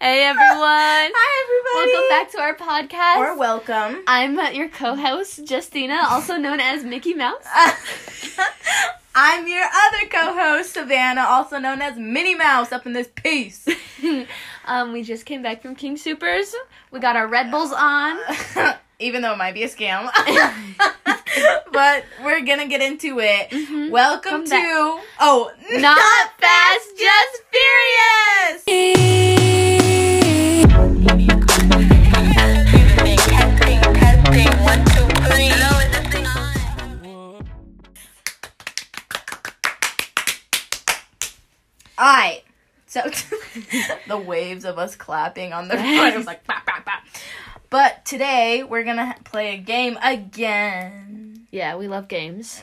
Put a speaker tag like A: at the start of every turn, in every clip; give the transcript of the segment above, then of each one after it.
A: Hey everyone!
B: Hi, everybody.
A: Welcome back to our podcast.
B: Or welcome.
A: I'm uh, your co-host Justina, also known as Mickey Mouse.
B: I'm your other co-host Savannah, also known as Minnie Mouse, up in this piece.
A: um, we just came back from King Supers. We got our Red Bulls on.
B: Even though it might be a scam, but we're gonna get into it.
A: Mhm.
B: Welcome
A: Come
B: to
A: back.
B: oh,
A: Not, fast, just
B: furious. All right. So the waves of us clapping on the front was like bop bop bop. But today we're gonna ha- play a game again.
A: yeah, we love games.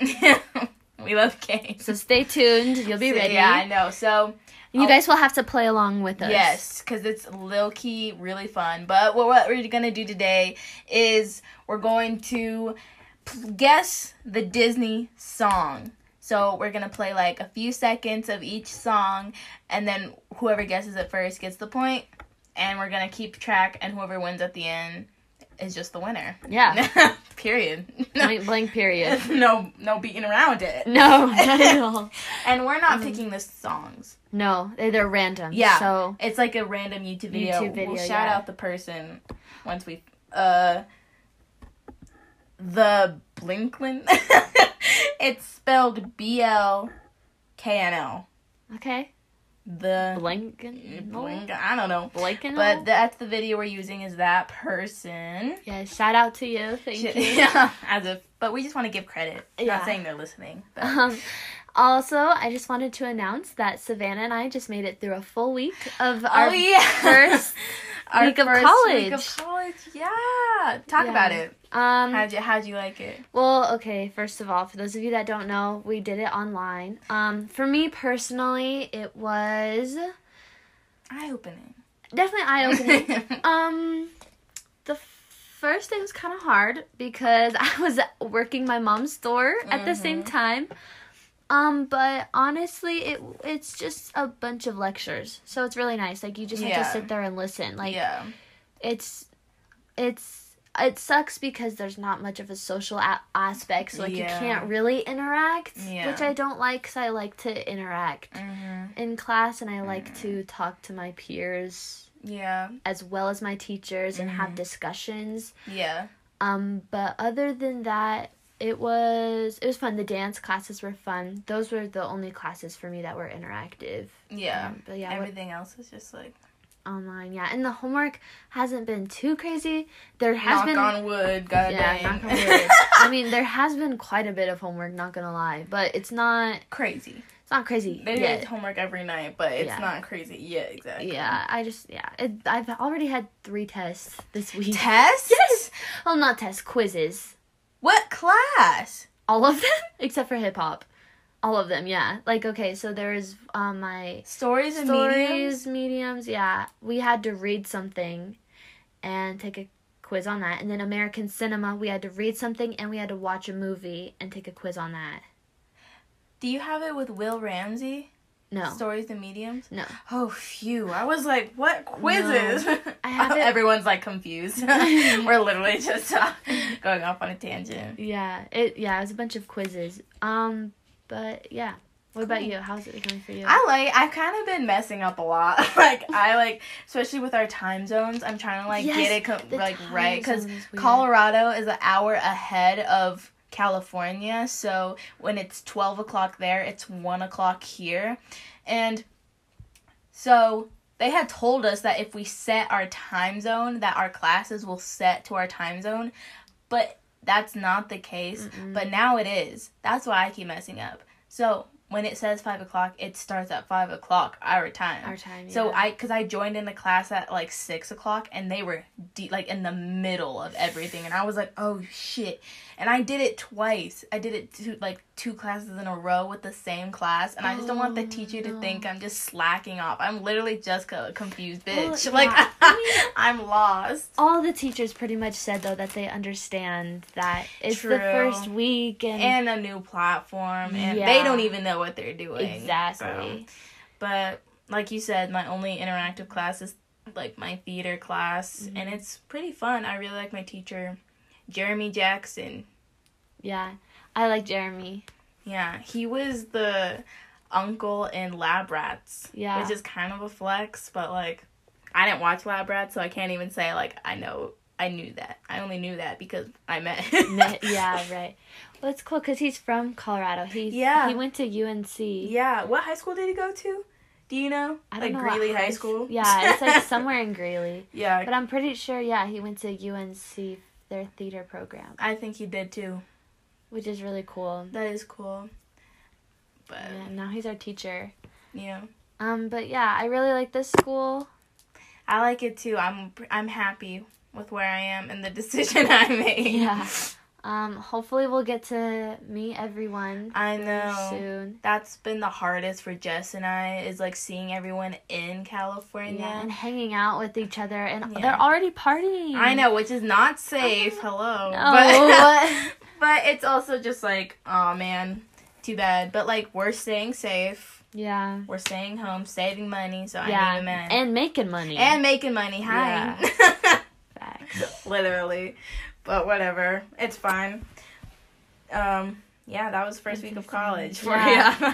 B: we love games.
A: So stay tuned. You'll be
B: So,
A: ready.
B: Yeah, I know. So
A: You guys will have to play along with us.
B: yes, because it's low key really fun. But what, what we're gonna do today is we're going to p- guess the Disney song. So we're gonna play like a few seconds of each song, and then whoever guesses it first gets the point. And we're gonna keep track, and whoever wins at the end is just the winner.
A: Yeah.
B: Period. No,
A: Ah. Blank, blank period.
B: no, no beating around it.
A: No, not at all.
B: And we're
A: Um,
B: not picking the songs.
A: No, they- they're random.
B: Yeah.
A: So
B: It's like a random YouTube video.
A: YouTube video,
B: we'll shout
A: yeah.
B: out the person once we uh the Blinklin. it's spelled B L K N L.
A: okay.
B: The
A: Blank.
B: Blink. I don't know.
A: Blake and all?
B: But that's the video we're using is that person.
A: yeah, shout out to you. Thank you.
B: Yeah, as if, but we just want to give credit.
A: Yeah.
B: Not saying they're listening. But.
A: Um, also, I just wanted to announce that Savannah and I just made it through a full week of our
B: oh yeah,
A: first.
B: Our
A: week of
B: first Week
A: college.
B: of college, yeah. Talk
A: Yeah.
B: about it.
A: Um,
B: How'd you How'd you like it?
A: well, okay. First of all, for those of you that don't know, we did it online. Um, for me personally, it was
B: Eye opening.
A: definitely eye opening. Um, the first day was kind of hard because I was working my mom's store at the
B: Mm-hmm.
A: same time. Um, but honestly, it it's just a bunch of lectures, so it's really nice. Like you just have
B: Yeah.
A: to sit there and listen. Like
B: yeah,
A: it's it's it sucks because there's not much of a social a- aspect, so like
B: Yeah.
A: you can't really interact,
B: Yeah. Mm.
A: which I don't like. Cause I like to interact
B: mm-hmm.
A: in class, and I like to talk to my peers
B: yeah,
A: as well as my teachers and
B: Mm-hmm.
A: have discussions.
B: yeah.
A: Um, but other than that, it was it was fun. The dance classes were fun. Those were the only classes for me that were interactive.
B: Yeah.
A: Um, but yeah,
B: Everything else is just like
A: what- online. Yeah, and the homework hasn't been too crazy. There has
B: knock
A: been.
B: on wood, eh? god
A: yeah,
B: dang.
A: knock on wood. I mean, there has been quite a bit of homework. Not gonna lie, but it's not
B: crazy.
A: it's not crazy
B: They
A: yet.
B: did homework every night, but it's
A: Yeah.
B: not crazy. Yeah, exactly.
A: yeah, I just yeah, it, I've already had three tests this week.
B: Tests? Yes.
A: well, not tests, quizzes.
B: What class?
A: all of them except for hip hop. All of them, yeah. Like okay, so there is um my
B: Stories and
A: stories,
B: mediums.
A: mediums? yeah. We had to read something and take a quiz on that. And then American cinema, we had to read something and we had to watch a movie and take a quiz on that.
B: Do you have it with Will Ramsey?
A: No.
B: Stories and mediums.
A: No.
B: Oh, phew. I was like, what quizzes?
A: I have it-
B: Everyone's like confused. We're literally just uh, going off on a tangent.
A: Yeah. It yeah, it was a bunch of quizzes. Um but yeah. What about you? How's it going for you?
B: I like I've kind of been messing up a lot. like I like especially with our time zones, I'm trying to like
A: Yes,
B: get it co-
A: the
B: like
A: time
B: right cuz
A: zone is weird.
B: Colorado is an hour ahead of California, so when it's 12 o'clock there, it's 1 o'clock here. And so they had told us that if we set our time zone, that our classes will set to our time zone, but that's not the case. But now it is. That's why I keep messing up. So when it says five o'clock, it starts at five o'clock our time.
A: Our time,
B: So
A: yeah.
B: I, because I joined in the class at like six o'clock, and they were de- like in the middle of everything, and I was like, oh shit, and I did it twice. I did it to like two classes in a row with the same class, and I just don't want the
A: Oh,
B: teacher to
A: no.
B: think I'm just slacking off. I'm literally just a confused
A: Well,
B: bitch.
A: yeah,
B: Like
A: I
B: I'm lost.
A: All the teachers pretty much said though that they understand that it's
B: True.
A: the first week and,
B: And a new platform, and they
A: Yeah.
B: don't even know what they're doing. So.
A: exactly.
B: But like you said, my only interactive class is like my theater class,
A: Mm-hmm.
B: and it's pretty fun. I really like my teacher, Jeremy Jackson.
A: Yeah. I like Jeremy.
B: Yeah, he was the uncle in Lab Rats.
A: Yeah.
B: which is kind of a flex, but like I didn't watch Lab Rats, so I can't even say like I know. I knew that. I only knew that because I met. him.
A: yeah, right. Well, it's cool because he's from Colorado. He's,
B: Yeah.
A: He went to UNC.
B: Yeah. What high school did he go to? Do you know?
A: I don't
B: like
A: know what
B: Greeley High
A: s-
B: School.
A: Yeah, it's like somewhere in Greeley.
B: yeah.
A: But I'm pretty sure, yeah, he went to UNC, their theater program,
B: I think he did too.
A: which is really cool.
B: That is cool. But
A: Yeah, now he's our teacher.
B: yeah.
A: Um, but yeah, I really like this school.
B: I like it too. I'm I'm happy with where I am and the decision I made.
A: Yeah. Um, hopefully we'll get to meet everyone
B: I know.
A: soon.
B: That's been the hardest for Jess and I is like seeing everyone in California.
A: Yeah, and hanging out with each other, and
B: Yeah.
A: they're already partying.
B: I know, which is not safe. Hello.
A: Hmm. Uh-huh. No.
B: But but it's also just like, oh man, too bad. But like we're staying safe.
A: Yeah.
B: We're staying home, saving money, so I
A: yeah.
B: need a man.
A: And making money.
B: and making money. Hi.
A: Facts.
B: literally but whatever it's fine um yeah that was first week of college for
A: Yeah.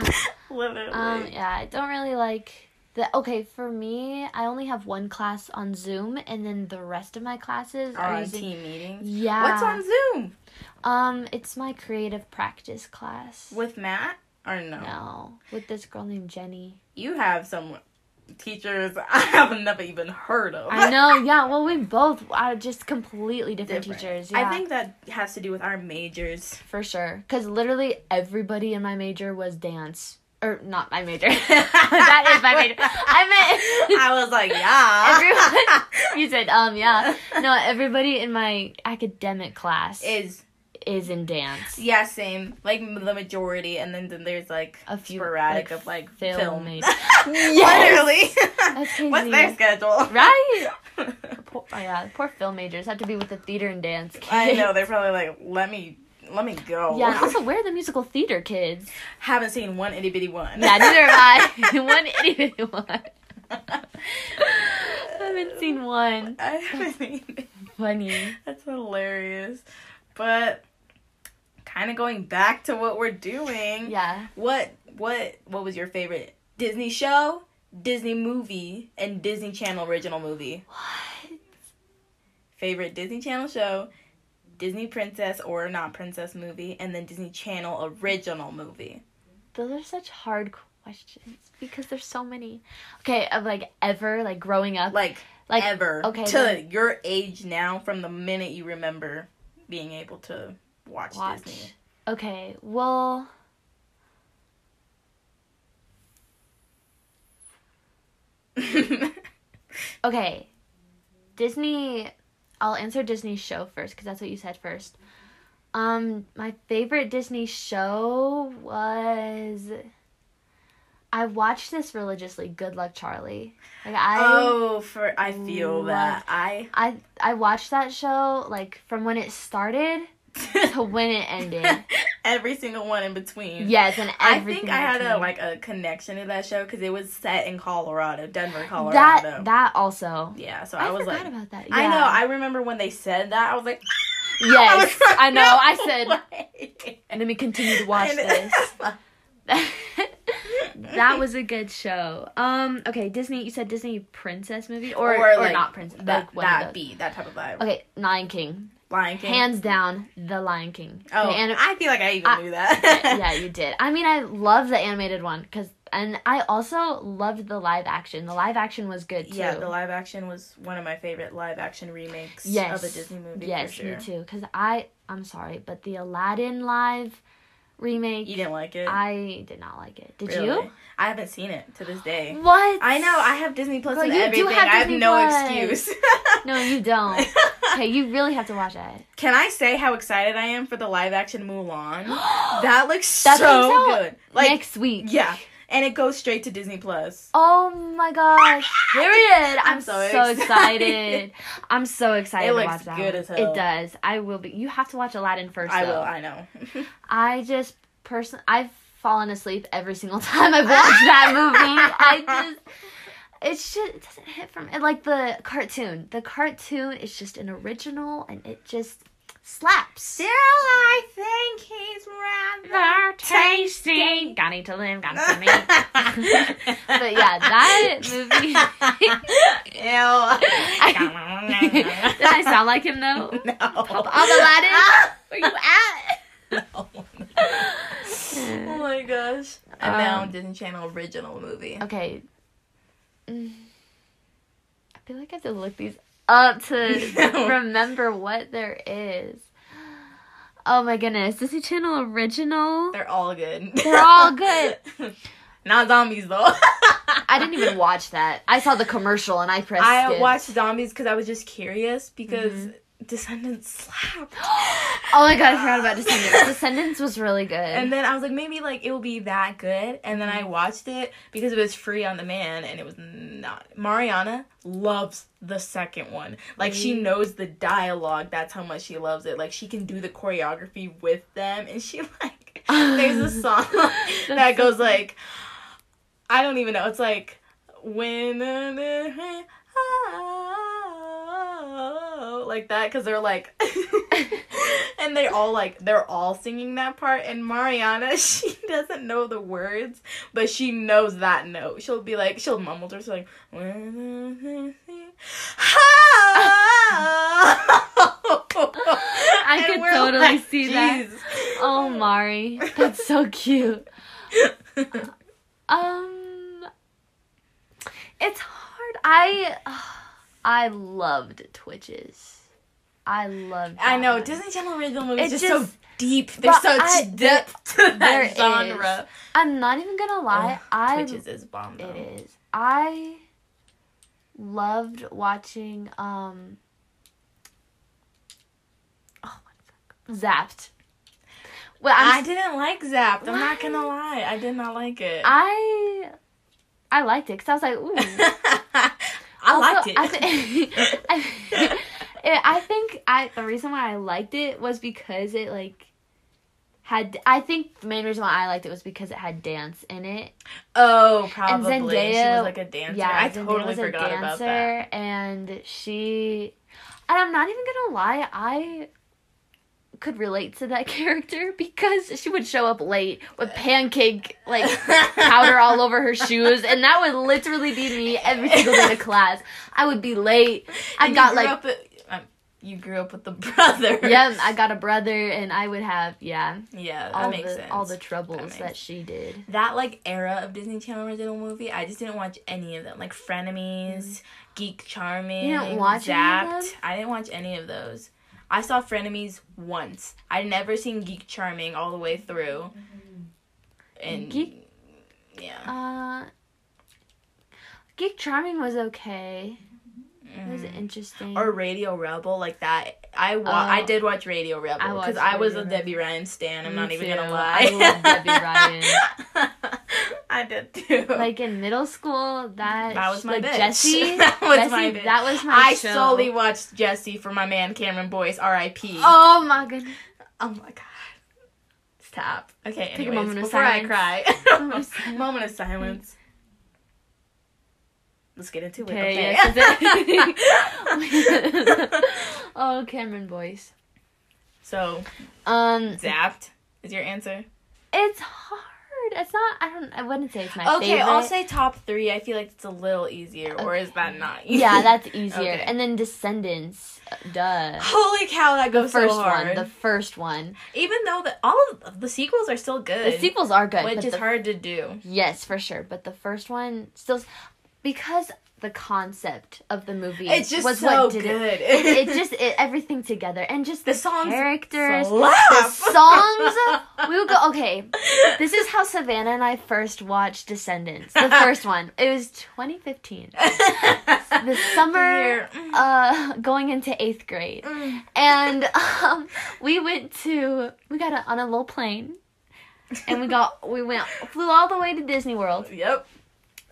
A: yeah.
B: literally
A: Um, yeah, I don't really like the okay, for me, I only have one class on Zoom and then the rest of my classes
B: Our
A: are
B: own
A: using
B: team meeting
A: Yeah.
B: what's on zoom
A: Um, it's my creative practice class.
B: with matt or no,
A: no, with this girl named Jenny.
B: you have some teachers i have never even heard of
A: I know. Yeah. Well, we both are just completely different,
B: Different.
A: teachers. Yeah,
B: i think that has to do with our majors
A: for sure. Cause literally everybody in my major was dance, or not my major. that is my major. I meant
B: i was like yeah
A: Everyone- you said um yeah no everybody in my academic class is,
B: is
A: in dance
B: yeah same like the majority and then, then there's like
A: A few,
B: sporadic
A: like,
B: of like
A: film
B: film
A: majors.
B: Literally.
A: crazy.
B: What's their schedule?
A: right poor, oh yeah poor film majors have to be with the theater and dance kids.
B: I know they're probably like, let me, let me go.
A: yeah and also where are the musical theater kids
B: haven't seen one itty bitty one.
A: yeah neither have I one idiot one I haven't seen one
B: I haven't seen.
A: funny
B: That's hilarious, but kind of going back to what we're doing.
A: yeah
B: What what what was your favorite Disney show, Disney movie, and Disney Channel original movie?
A: what
B: Favorite Disney Channel show, Disney princess or not princess movie, and then Disney Channel original movie.
A: Those are such hard questions because there's so many. Okay, of like ever, like growing up,
B: Like
A: like
B: ever
A: okay,
B: to
A: then-
B: your age now from the minute you remember being able to watch,
A: watch.
B: Disney.
A: Okay, well, okay, Disney. I'll answer Disney show first because that's what you said first. Um, my favorite Disney show was. I watched this religiously. Good Luck Charlie. Like I.
B: oh, for I feel
A: love-
B: that I
A: I I watched that show like from when it started to when it ended.
B: every single one in between.
A: Yes, and
B: I
A: everything.
B: think I had a
A: between.
B: like a connection to that show because it was set in Colorado, Denver, Colorado.
A: that that also.
B: yeah, so
A: I,
B: I, was
A: forgot
B: like,
A: about that.
B: I
A: yeah.
B: know. I remember when they said that, I was like,
A: yes, I know. I said,
B: said,
A: and let me continue to watch this. that was a good show. Um, okay, Disney. You said Disney princess movie or or,
B: like,
A: not princess?
B: That,
A: like one
B: that
A: of those.
B: beat, that type of vibe.
A: Okay, Lion King.
B: Lion King.
A: Hands down, the Lion King.
B: oh,
A: The anim-
B: I feel like I even
A: I-
B: knew that.
A: yeah, you did. I mean, I love the animated one because, and I also loved the live action. The live action was good too.
B: Yeah, the live action was one of my favorite live action remakes
A: Yes.
B: of a Disney movie.
A: yes,
B: for sure.
A: me too. Because I, I'm sorry, but the Aladdin live remake,
B: You didn't like it?
A: I did not like it. Did
B: Really?
A: you?
B: I haven't seen it to this day.
A: What?
B: I know I have Disney Plus
A: Girl,
B: and
A: you do
B: everything.
A: have
B: I have
A: Disney
B: no
A: Plus.
B: excuse.
A: No, you don't. Okay, you really have to watch it.
B: Can I say how excited I am for the live action Mulan? that looks
A: That comes
B: so
A: out
B: good. Like
A: Next week.
B: yeah, and it goes straight to Disney Plus.
A: Oh my gosh. Period. I'm,
B: I'm
A: so,
B: so
A: excited.
B: excited.
A: I'm so excited
B: It
A: to
B: looks
A: watch that.
B: good
A: one.
B: as hell.
A: It does. I will be you have to watch Aladdin first.
B: I
A: though.
B: will. I know.
A: I just person I've fallen asleep every single time I've watched that movie. I just it's just it doesn't hit from it like the cartoon. The cartoon is just an original and it just slaps.
B: Still, I think he's rather tasty.
A: Got to live, got to But yeah, that movie.
B: Ew. I,
A: Did I sound like him though?
B: no.
A: I'm Aladdin. Where you at? Uh,
B: oh my gosh. And now Disney Channel original movie.
A: um, Okay. Mm. I feel like I have to look these up to remember what there is. Oh my goodness. Disney Channel original.
B: They're all good.
A: They're all good.
B: Not zombies though.
A: I didn't even watch that. I saw the commercial and I pressed
B: I
A: skip.
B: watched zombies because I was just curious because Descendants slapped.
A: Oh my god, I forgot about Descendants. Descendants was really good.
B: And then I was like, maybe like it will be that good. And then I watched it because it was free on demand, and it was not. Mariana loves the second one. Like she knows the dialogue. That's how much she loves it. Like she can do the choreography with them, and she like there's a song that goes like, I don't even know. It's like when like that because they're like and they all like they're all singing that part and mariana she doesn't know the words but she knows that note she'll be like she'll mumble to herself like when i
A: could totally see that. Oh, Mari. That's so cute.
B: that
A: Um, it's hard. I I loved Twitches. I loved.
B: I
A: that
B: know
A: one.
B: Disney Channel original movies
A: It
B: are just so
A: just-
B: deep. There's
A: But
B: such
A: I-
B: depth to
A: there
B: that
A: is.
B: genre. Oh,
A: I'm not even gonna lie. I
B: Twitches is bomb. Though.
A: it is. I loved watching um. Oh, what the fuck? Zapped. Well, I'm
B: I didn't like Zapped. I'm not gonna lie. I did not like it.
A: I I liked it because I was like, ooh.
B: I
A: Also,
B: liked it.
A: I, thi- I, it- I think I the reason why I liked it was because it like had. I think the main reason why I liked it was because it had dance in it.
B: oh, probably. she
A: Zendaya-
B: was like a dancer.
A: Yeah,
B: I
A: Zendaya
B: totally
A: was a
B: forgot about
A: dancer,
B: that.
A: And she, and I'm not even gonna lie, I could relate to that character because she would show up late with pancake like powder all over her shoes and that would literally be me every single day to class i would be late i
B: And you
A: got
B: grew
A: like
B: up with- um, you grew up with the brother.
A: yeah, I got a brother, and I would have yeah
B: yeah. That
A: all
B: makes
A: the
B: sense.
A: all the troubles
B: makes-
A: that, she did.
B: that like era of Disney Channel original movie, I just didn't watch any of them. Like Frenemies, Geek Charming,
A: Mm-hmm. You didn't watch any of
B: Zapped.
A: them?
B: I didn't watch any of those. I saw Frenemies once. I'd never seen Geek Charming all the way through. And
A: Mm-hmm. Geek-
B: yeah.
A: Uh, Geek Charming was okay. It was
B: Mhm.
A: interesting.
B: Or Radio Rebel, like that. I wa-
A: Oh.
B: I did watch Radio Rebel
A: I
B: because
A: watched
B: I, was
A: Radio
B: a Debbie Ryan stan. I'm
A: Me
B: not even gonna
A: too.
B: lie.
A: I love Debbie Ryan.
B: I did too.
A: like in middle school, that
B: That was my
A: like
B: bitch.
A: Jesse.
B: that was
A: Jesse,
B: my bitch.
A: That was my
B: I
A: show.
B: solely watched Jesse for my man Cameron Boyce, R.I.P.
A: Oh my goodness!
B: Oh my god. Stop. Okay, anyways,
A: Take a moment of
B: before
A: silence. Moment
B: I
A: of
B: cry.
A: silence.
B: moment of silence. Let's get into
A: Okay,
B: it.
A: yes,
B: Okay.
A: it's- Oh, Cameron Boyce.
B: so,
A: Um,
B: zapped is your answer.
A: it's hard. It's not. I don't. I wouldn't say it's my
B: okay,
A: favorite.
B: I'll say top three. I feel like it's a little easier, or is that not? easy?
A: Yeah, that's easier.
B: Okay.
A: And then Descendants, uh, duh.
B: Holy cow, that
A: The
B: goes
A: first
B: so hard.
A: one, the first one.
B: Even though the, all of the sequels are still good,
A: The sequels are good,
B: which
A: but
B: is
A: the-
B: hard to do.
A: Yes, for sure. But the first one still, because the concept of the movie
B: It's just
A: was
B: so
A: what did it.
B: good.
A: It just it, everything together and just
B: The songs
A: characters, the
B: slap.
A: songs. we would go okay. This is how Savannah and I first watched Descendants, the first one. It was 2015. the summer uh, going into eighth grade. And um, we went to, we got a, on a little plane. And we got, we went, flew all the way to Disney World.
B: Yep.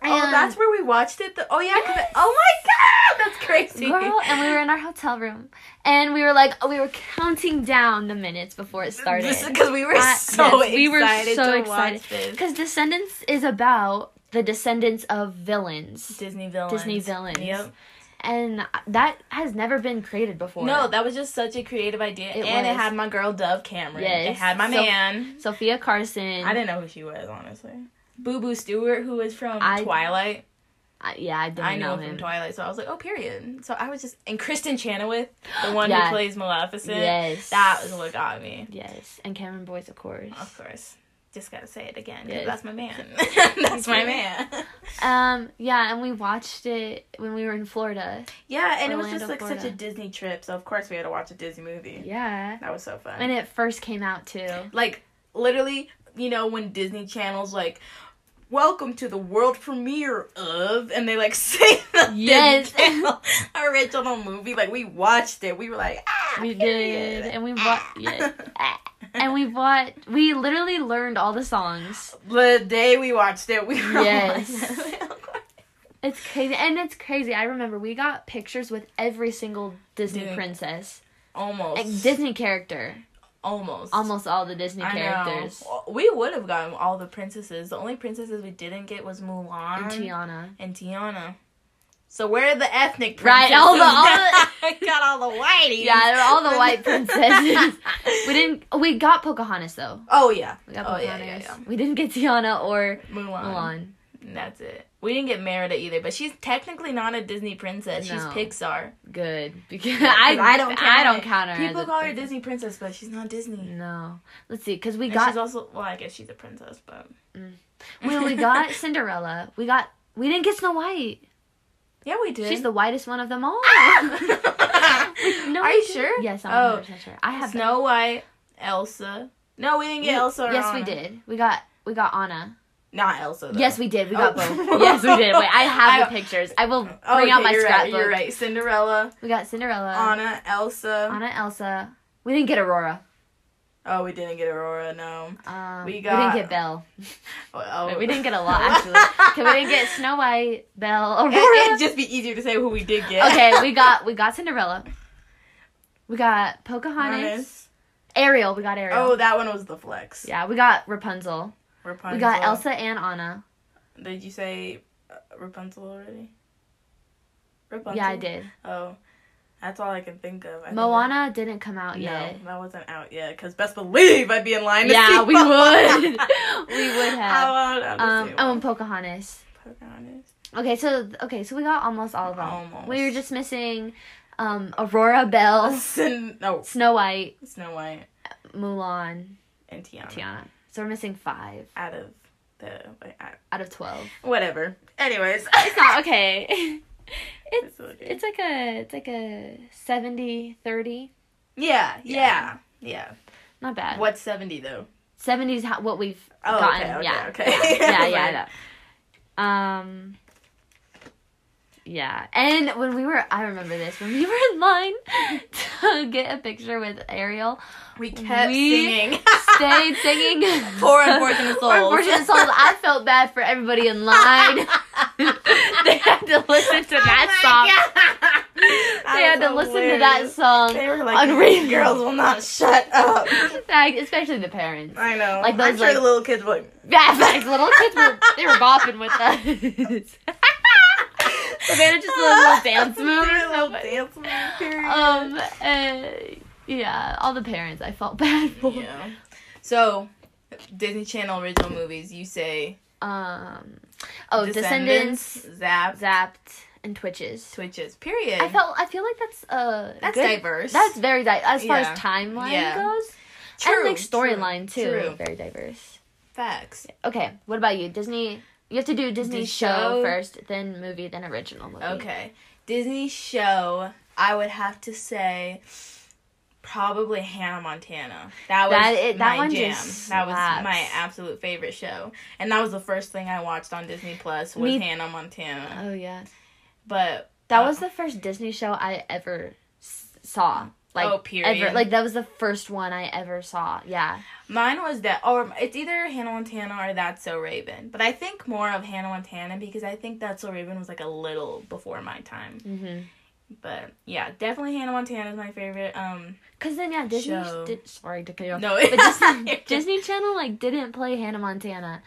B: oh,
A: And-
B: that's where we watched it. The, oh yeah. 'cause it-
A: Yes.
B: oh my god, that's crazy.
A: Girl, and we were in our hotel room, and we were like, we were counting down the minutes before it started.
B: because we were
A: Uh,
B: so
A: yes,
B: excited.
A: we were so
B: to
A: excited.
B: Watch this.
A: Because Descendants is about the descendants of villains,
B: Disney villains.
A: Disney villains.
B: Yep.
A: and that has never been created before.
B: No, that was just such a creative idea,
A: It
B: and it
A: was.
B: had my girl Dove Cameron. It
A: Yes.
B: had my
A: So-
B: man.
A: Sophia Carson.
B: I didn't know who she was honestly. Boo Boo Stewart, who was from
A: I- I-
B: Twilight.
A: Uh, yeah, I didn't
B: I
A: know
B: know him
A: him.
B: from Twilight, so I was like, oh, period. So I was just and Kristen Chenoweth, the one
A: Yeah.
B: who plays Maleficent.
A: Yes.
B: That was what got me.
A: Yes, and Cameron Boyce, of course.
B: Of course. Just gotta say it again. 'cause
A: Yes.
B: That's my man. that's my man.
A: Um, yeah, and we watched it when we were in Florida.
B: Yeah, and it was
A: Orlando,
B: just like such a
A: Florida.
B: Disney trip, so of course we had to watch a Disney movie.
A: Yeah,
B: That was so fun.
A: when it first came out too.
B: like literally, you know, when Disney Channel's like, "Welcome to the world premiere of," and they like say the
A: Yes.
B: Disney Channel original movie. Like we watched it, we were like, ah,
A: We
B: period.
A: did, and we bought. Yeah. Ah. and we bought. We literally learned all the songs.
B: The day we watched it, we were
A: Yes.
B: like,
A: It's crazy, and it's crazy. I remember we got pictures with every single Disney
B: Disney.
A: princess,
B: almost,
A: like Disney character,
B: almost,
A: almost all the Disney characters,
B: Know. We would have gotten all the princesses. The only princesses we didn't get was Mulan
A: and Tiana.
B: and Tiana. So where are the ethnic
A: Right,
B: princesses?
A: all the- all
B: I got all the whiteies.
A: Yeah, they're all the white princesses. We didn't. We got Pocahontas though.
B: Oh yeah.
A: We got
B: Oh,
A: Pocahontas.
B: yeah, yeah, yeah.
A: We didn't get Tiana or
B: Mulan.
A: Mulan.
B: That's it. We didn't get Merida either, but she's technically not a Disney princess. She's
A: No.
B: Pixar.
A: Good because
B: 'Cause
A: I,
B: I don't count
A: I
B: it.
A: don't count her. as
B: People
A: a
B: call her
A: princess.
B: Disney princess, but she's not Disney.
A: No, let's see. Cause we
B: And
A: got Mm.
B: she's also well, I guess she's a princess, but
A: Well, we got Cinderella. We got we didn't get Snow White.
B: Yeah, we did.
A: She's the whitest one of them all. No,
B: Ah! Are
A: we
B: you
A: didn't.
B: sure?
A: Yes, I'm
B: Oh.
A: 100 sure. I have
B: Snow White, Elsa. No, we didn't get Elsa. Or
A: Yes, we
B: Anna.
A: did. We got we got Anna.
B: Not Elsa. Though.
A: Yes, we did. We got
B: Oh.
A: both. yes, we did. Wait, I have
B: I-
A: the pictures. I will bring
B: Oh,
A: out my
B: you're
A: scrapbook.
B: Right, you're right. Cinderella,
A: We got Cinderella,
B: Anna, Elsa.
A: Anna, Elsa. We didn't get Aurora.
B: Oh, we didn't get Aurora. No.
A: Um,
B: We
A: we
B: got-
A: didn't get Belle.
B: Oh, oh.
A: We didn't get a lot actually. 'Cause we didn't get Snow White, Belle,
B: It,
A: Aurora.
B: would just be easier to say who we did get.
A: okay, we got we got Cinderella. We got Pocahontas,
B: Honest.
A: Ariel. We got Ariel.
B: Oh, that one was the flex.
A: Yeah, we got Rapunzel.
B: Rapunzel.
A: We got Elsa and Anna.
B: Did you say uh, Rapunzel already? Rapunzel.
A: Yeah, I did.
B: Oh, that's all I can think of. I think
A: Moana didn't come out
B: that- No,
A: yet.
B: that wasn't out yet. Cause best believe I'd be in line. To
A: Yeah,
B: see
A: we
B: Moana.
A: would. We would have.
B: I would have
A: Um,
B: to
A: oh,
B: um,
A: and Pocahontas.
B: Pocahontas.
A: Okay, so okay, so we got almost all of them.
B: Almost.
A: We were just missing um, Aurora, Belle,
B: Sin- no,
A: Snow White,
B: Snow White
A: Mulan,
B: and Tiana.
A: Tiana. So we're missing five
B: Out of the like, I-
A: out of twelve.
B: whatever. Anyways,
A: It's not okay. it's
B: It's okay.
A: it's like a it's like a 70 30
B: yeah, yeah, yeah.
A: not bad
B: What's seventy though?
A: 70 is how, what we've
B: Oh, okay,
A: gotten
B: okay,
A: yeah
B: okay.
A: yeah,
B: Like-
A: yeah, yeah. Um. Yeah, and when we were, I remember this when we were in line to get a picture with Ariel,
B: We kept
A: We
B: singing.
A: stayed singing
B: Poor unfortunate
A: Poor
B: souls.
A: unfortunate souls. I felt bad for everybody in line. they had to listen
B: Oh
A: to that song. They had to listen to that song.
B: They were
A: on
B: like, "These
A: repeat.
B: girls will not shut up."
A: Like, especially the parents.
B: I know.
A: Like
B: I'm
A: those,
B: sure
A: like-
B: the little kids were like.
A: Yeah, like little kids were they were bopping with us. Savannah just did a little dance move or
B: Did a little
A: something.
B: dance move, period.
A: Um, uh, yeah, all the parents I felt bad for.
B: yeah. So, Disney Channel original movies. You say.
A: Um, oh, Descendants,
B: Zap,
A: Zapped, and Twitches.
B: Twitches. Period.
A: I felt I feel like that's uh
B: that's
A: good-
B: diverse.
A: That's very di- as far
B: Yeah.
A: as timeline
B: Yeah.
A: goes,
B: true.
A: and like storyline too.
B: True.
A: Very diverse.
B: Facts.
A: Okay, what about you, Disney? You have to do Disney
B: The show.
A: show first, then movie, then original movie.
B: Okay. Disney show, I would have to say probably Hannah Montana. That was
A: That- it- that
B: my
A: one
B: jam.
A: just
B: That was
A: slaps.
B: my absolute favorite show. And that was the first thing I watched on Disney Plus was
A: Me-
B: Hannah Montana.
A: Oh yeah.
B: But
A: That was the first Disney show I ever s- saw. Like,
B: Oh, period.
A: Ever. Like, that was the first one I ever saw. Yeah.
B: Mine was that, or it's either Hannah Montana or That's So Raven. But I think more of Hannah Montana because I think That's So Raven was like a little before my time.
A: Mm-hmm.
B: But yeah, definitely Hannah Montana is my favorite. Um,
A: Because then, yeah, Disney.
B: Show.
A: Did, sorry to cut you off.
B: No.
A: but Disney,
B: You're good.
A: Disney Channel, like, didn't play Hannah Montana.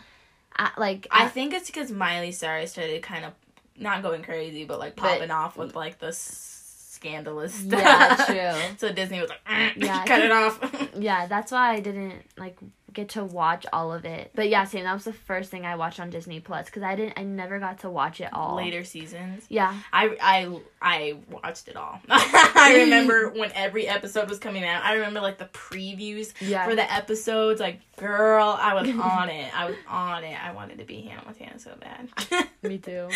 A: At, like,
B: I
A: at-
B: think it's because Miley Cyrus started kind of not going crazy, but like
A: But-
B: popping off with like the s- scandalous stuff.
A: Yeah, true.
B: so Disney was like, "Mm,
A: Yeah, I
B: cut
A: think-
B: it off.
A: yeah, that's why I didn't like get to watch all of it. But yeah, same. That was the first thing I watched on Disney Plus because I didn't. I never got to watch it all.
B: Later seasons.
A: Yeah.
B: I, I, I watched it all. I remember when every episode was coming out. I remember like the previews
A: Yeah.
B: for the episodes. Like, girl, I was on it. I was on it. I wanted to be Hannah Montana so bad.
A: me too.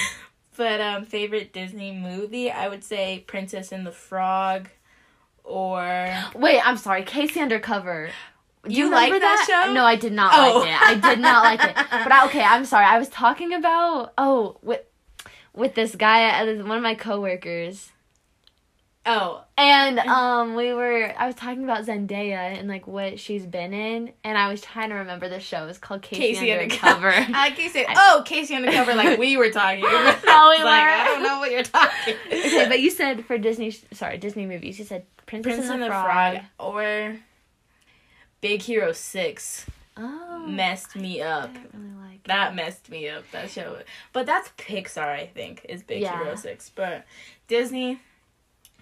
B: But um, favorite Disney movie, I would say Princess and the Frog, or
A: Wait, I'm sorry. Casey Undercover. Do
B: You
A: remember
B: like that show?
A: No, I did not
B: Oh.
A: like it. I did not like it. But I, okay, I'm sorry. I was talking about oh with with this guy, uh, one of my coworkers,
B: oh,
A: and um we were I was talking about Zendaya and like what she's been in, and I was trying to remember the show. It was called Casey,
B: Casey
A: Undercover.
B: Undercover. I like Casey. Oh, Casey Undercover, like we were talking. no, we like,
A: were.
B: I don't know what you're talking.
A: okay, but you said for Disney, sorry, Disney movies, you said Princess,
B: Princess
A: and the, Frog.
B: Frog or Big Hero Six
A: Oh,
B: messed me
A: I
B: up.
A: didn't really like.
B: That messed me up. That show, but that's Pixar, I think, is Big
A: Yeah.
B: Hero Six. But Disney,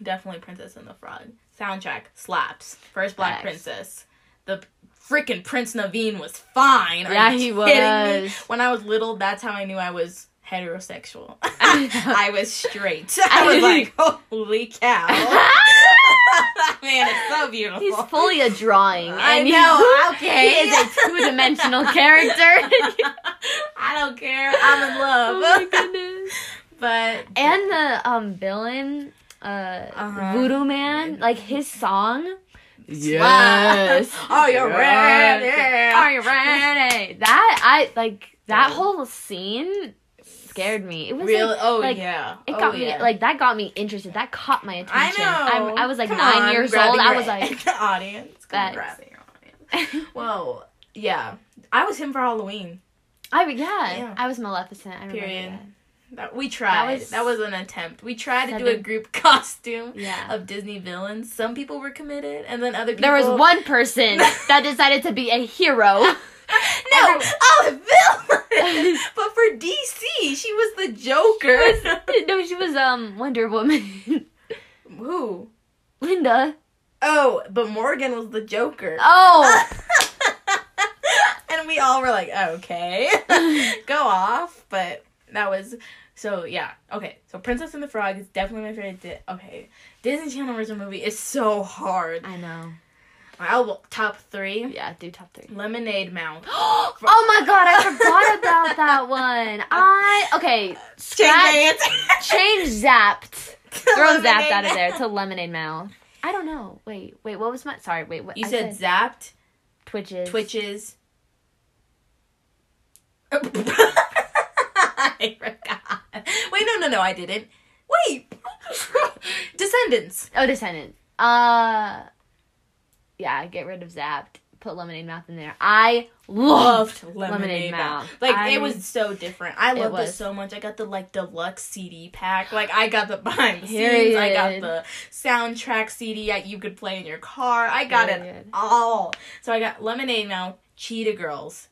B: definitely Princess and the Frog. Soundtrack slaps. First
A: Facts.
B: Black Princess. The freaking Prince Naveen was fine. Are
A: Yeah,
B: you
A: he
B: kidding me?
A: was.
B: When I was little, that's how I knew I was heterosexual. I was straight. I
A: I-
B: was like, holy cow. that man is so beautiful.
A: He's fully a drawing.
B: I
A: and
B: know,
A: he-
B: okay.
A: He is a two-dimensional character.
B: I don't care. I'm in love.
A: oh my goodness.
B: But
A: And the um villain, uh,
B: Uh-huh.
A: Voodoo Man, like his song.
B: oh, you're
A: Yes.
B: ready.
A: Are you ready? That I like that whole scene scared me. It was
B: Really?
A: like-
B: oh
A: like,
B: yeah.
A: It
B: oh,
A: got
B: yeah.
A: me like that got me interested. That caught my
B: I
A: attention.
B: know.
A: I'm- I was like
B: Come
A: nine
B: on,
A: years old.
B: grabbing
A: I
B: your-
A: was like,
B: the audience. Come
A: Facts.
B: on, grabbing your audience. Well, yeah. I was him for Halloween.
A: I yeah,
B: Yeah.
A: I was Maleficent. I
B: Period.
A: remember
B: That we tried. That
A: was
B: was, an attempt. We tried to do a
A: seven-
B: group costume
A: Yeah.
B: of Disney villains. Some people were committed, and then other
A: that.
B: people.
A: There was one person that decided to be a hero.
B: No,
A: Every-
B: all of villains. but for DC, she was the Joker.
A: no, she was um Wonder Woman.
B: Who?
A: Linda.
B: Oh, but Morgan was the Joker.
A: Oh,
B: and we all were like, okay, go off. But that was so yeah. Okay, so Princess and the Frog is definitely my favorite. Di- okay, Disney Channel original movie is so hard.
A: I know.
B: I'll wa- top three.
A: Yeah, do top three.
B: Lemonade Mouth.
A: oh my god, I forgot about that one. I okay. Scratch, change zapped. Throw zapped out of there to lemonade mouth. I don't know. Wait, wait. What was my? Sorry. Wait. What
B: You
A: I
B: said zapped,
A: twitches.
B: twitches. I forgot. Wait, no, no, no, I didn't. Wait, Descendants.
A: Oh, Descendant. Uh, yeah, get rid of Zapped. Put Lemonade Mouth in there. I loved, Lemonade, Mouth.
B: Like
A: I-
B: it was so different. I
A: It
B: loved this
A: was.
B: so much. I got the like deluxe CD pack. Like I got the behind the scenes. I got
A: Period.
B: the soundtrack CD that you could play in your car. I got it
A: Period.
B: all. So I got Lemonade Mouth, Cheetah Girls,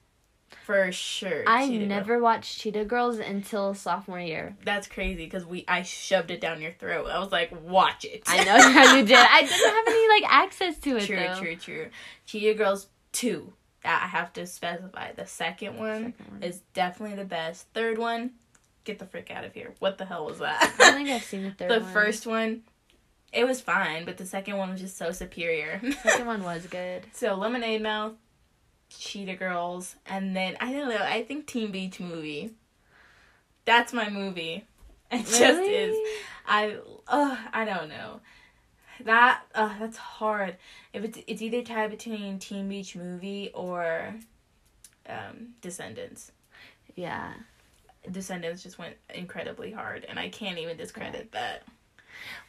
B: for sure.
A: I
B: Cheetah Girls.
A: never watched Cheetah Girls until sophomore year.
B: That's crazy because we I shoved it down your throat. I was like, watch it.
A: I know how you did. I didn't have any like access to it
B: true,
A: though.
B: true, true. Cheetah Girls two. That I have to specify. The second
A: Second
B: one
A: one.
B: is definitely the best. Third one, get the frick out of here. What the hell was
A: I don't
B: that?
A: think I've seen the third.
B: the
A: one.
B: first one, it was fine, but the second one was just so superior.
A: second one was good.
B: so Lemonade Mouth, Cheetah Girls, and then I don't know. I think Teen Beach Movie. That's my movie. It just
A: Really?
B: is. I uh, I don't know. That uh, that's hard. If it's it's either tied between Teen Beach Movie or um, Descendants.
A: Yeah.
B: Descendants just went incredibly hard, and I can't even discredit that.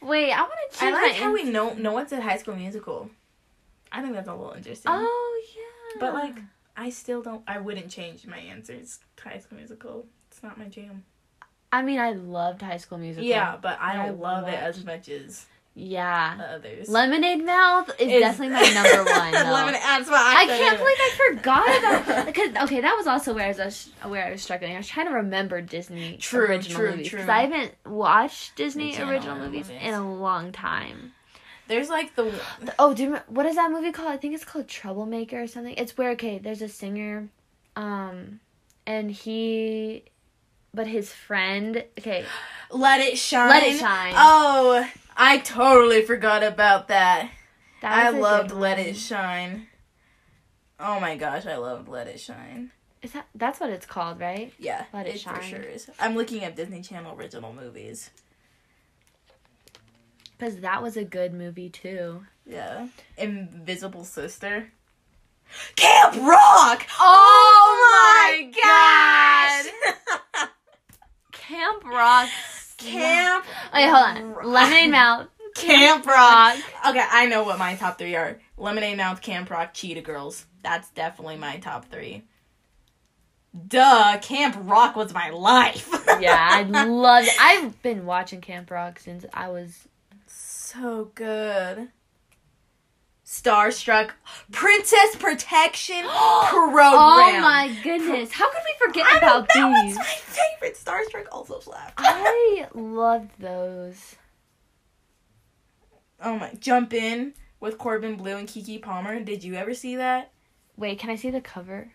A: Wait, I want to
B: I
A: change.
B: like
A: my
B: how
A: in-
B: we know no one said High School Musical. I think that's a little interesting.
A: Oh yeah.
B: But like, I still don't. I wouldn't change my answers. to High School Musical. It's not my jam.
A: I mean, I loved High School Musical.
B: Yeah, but I
A: I
B: don't love it
A: watched-
B: as much as
A: Yeah.
B: the others.
A: Lemonade Mouth is
B: It's-
A: definitely my number one. though.
B: Lemonade. That's what I,
A: I
B: said
A: can't
B: it.
A: believe I forgot about because okay, that was also where I was uh, where I was struggling. I was trying to remember Disney
B: True,
A: original
B: true,
A: movies
B: true.
A: because I haven't watched Disney
B: Channel
A: original
B: and
A: movies
B: movies.
A: in a long time.
B: There's like the
A: Oh, do you remember, what is that movie called? I think it's called Troublemaker or something. It's where okay, there's a singer, um, and he, but his friend. Okay,
B: Let It Shine.
A: Let It Shine.
B: Oh, I totally forgot about that. I
A: that was a
B: loved
A: good
B: Let
A: one.
B: It Shine. Oh my gosh, I loved Let It Shine.
A: Is that that's what it's called, right?
B: Yeah,
A: Let It
B: for
A: Shine.
B: sure is. I'm looking up Disney Channel original movies.
A: Because that was a good movie too.
B: Yeah, Invisible Sister. Camp Rock. Oh,
A: my Camp Rock.
B: Camp.
A: Wait, hold
B: Rock.
A: on. Lemonade Mouth.
B: Camp
A: Rock.
B: Okay, I know what my top three are: Lemonade Mouth, Camp Rock, Cheetah Girls. That's definitely my top three. Duh, Camp Rock was my life.
A: Yeah, I loved. I've been watching Camp Rock since I was.
B: so good. Starstruck, Princess Protection Program.
A: Oh my goodness! How could we forget
B: I don't,
A: about
B: that one's
A: these?
B: my favorite. Starstruck also slapped.
A: I loved those.
B: oh my, Jump In with Corbin Blue and Kiki Palmer. Did you ever see that?
A: Wait, can I see the cover?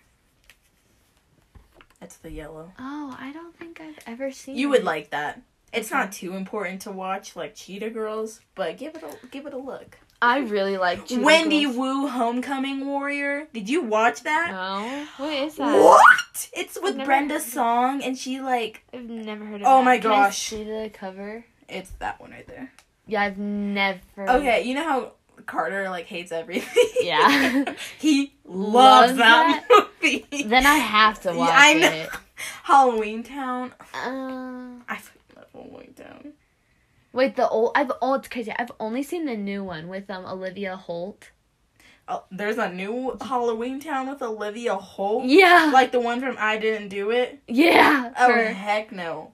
B: That's the yellow.
A: Oh, I don't think I've ever seen.
B: You would
A: it.
B: like that. It's not
A: Mm-hmm.
B: too important to watch like Cheetah Girls, but give it a give it a look.
A: I really like Cheetah
B: Wendy
A: Girls.
B: Wu Homecoming Warrior. Did you watch that?
A: No, what is that?
B: What? It's with
A: Never
B: Brenda
A: heard of it.
B: Song and she like
A: I've never heard of.
B: Oh
A: that.
B: my
A: Can I
B: gosh.
A: see the cover?
B: it's that one right there.
A: Yeah, I've never.
B: Okay, you know how Carter like hates everything.
A: Yeah.
B: he loves,
A: Loves
B: that, movie.
A: Then I have to
B: Yeah,
A: watch
B: I know.
A: it.
B: Halloween Town.
A: Uh,
B: I fucking love Halloween Town.
A: wait, the old. I've oh, it's crazy. I've only seen the new one with um Olivia Holt.
B: Oh, there's a new Halloween Town with Olivia Holt.
A: Yeah.
B: Like the one from I Didn't Do It.
A: yeah.
B: Oh
A: her.
B: heck no.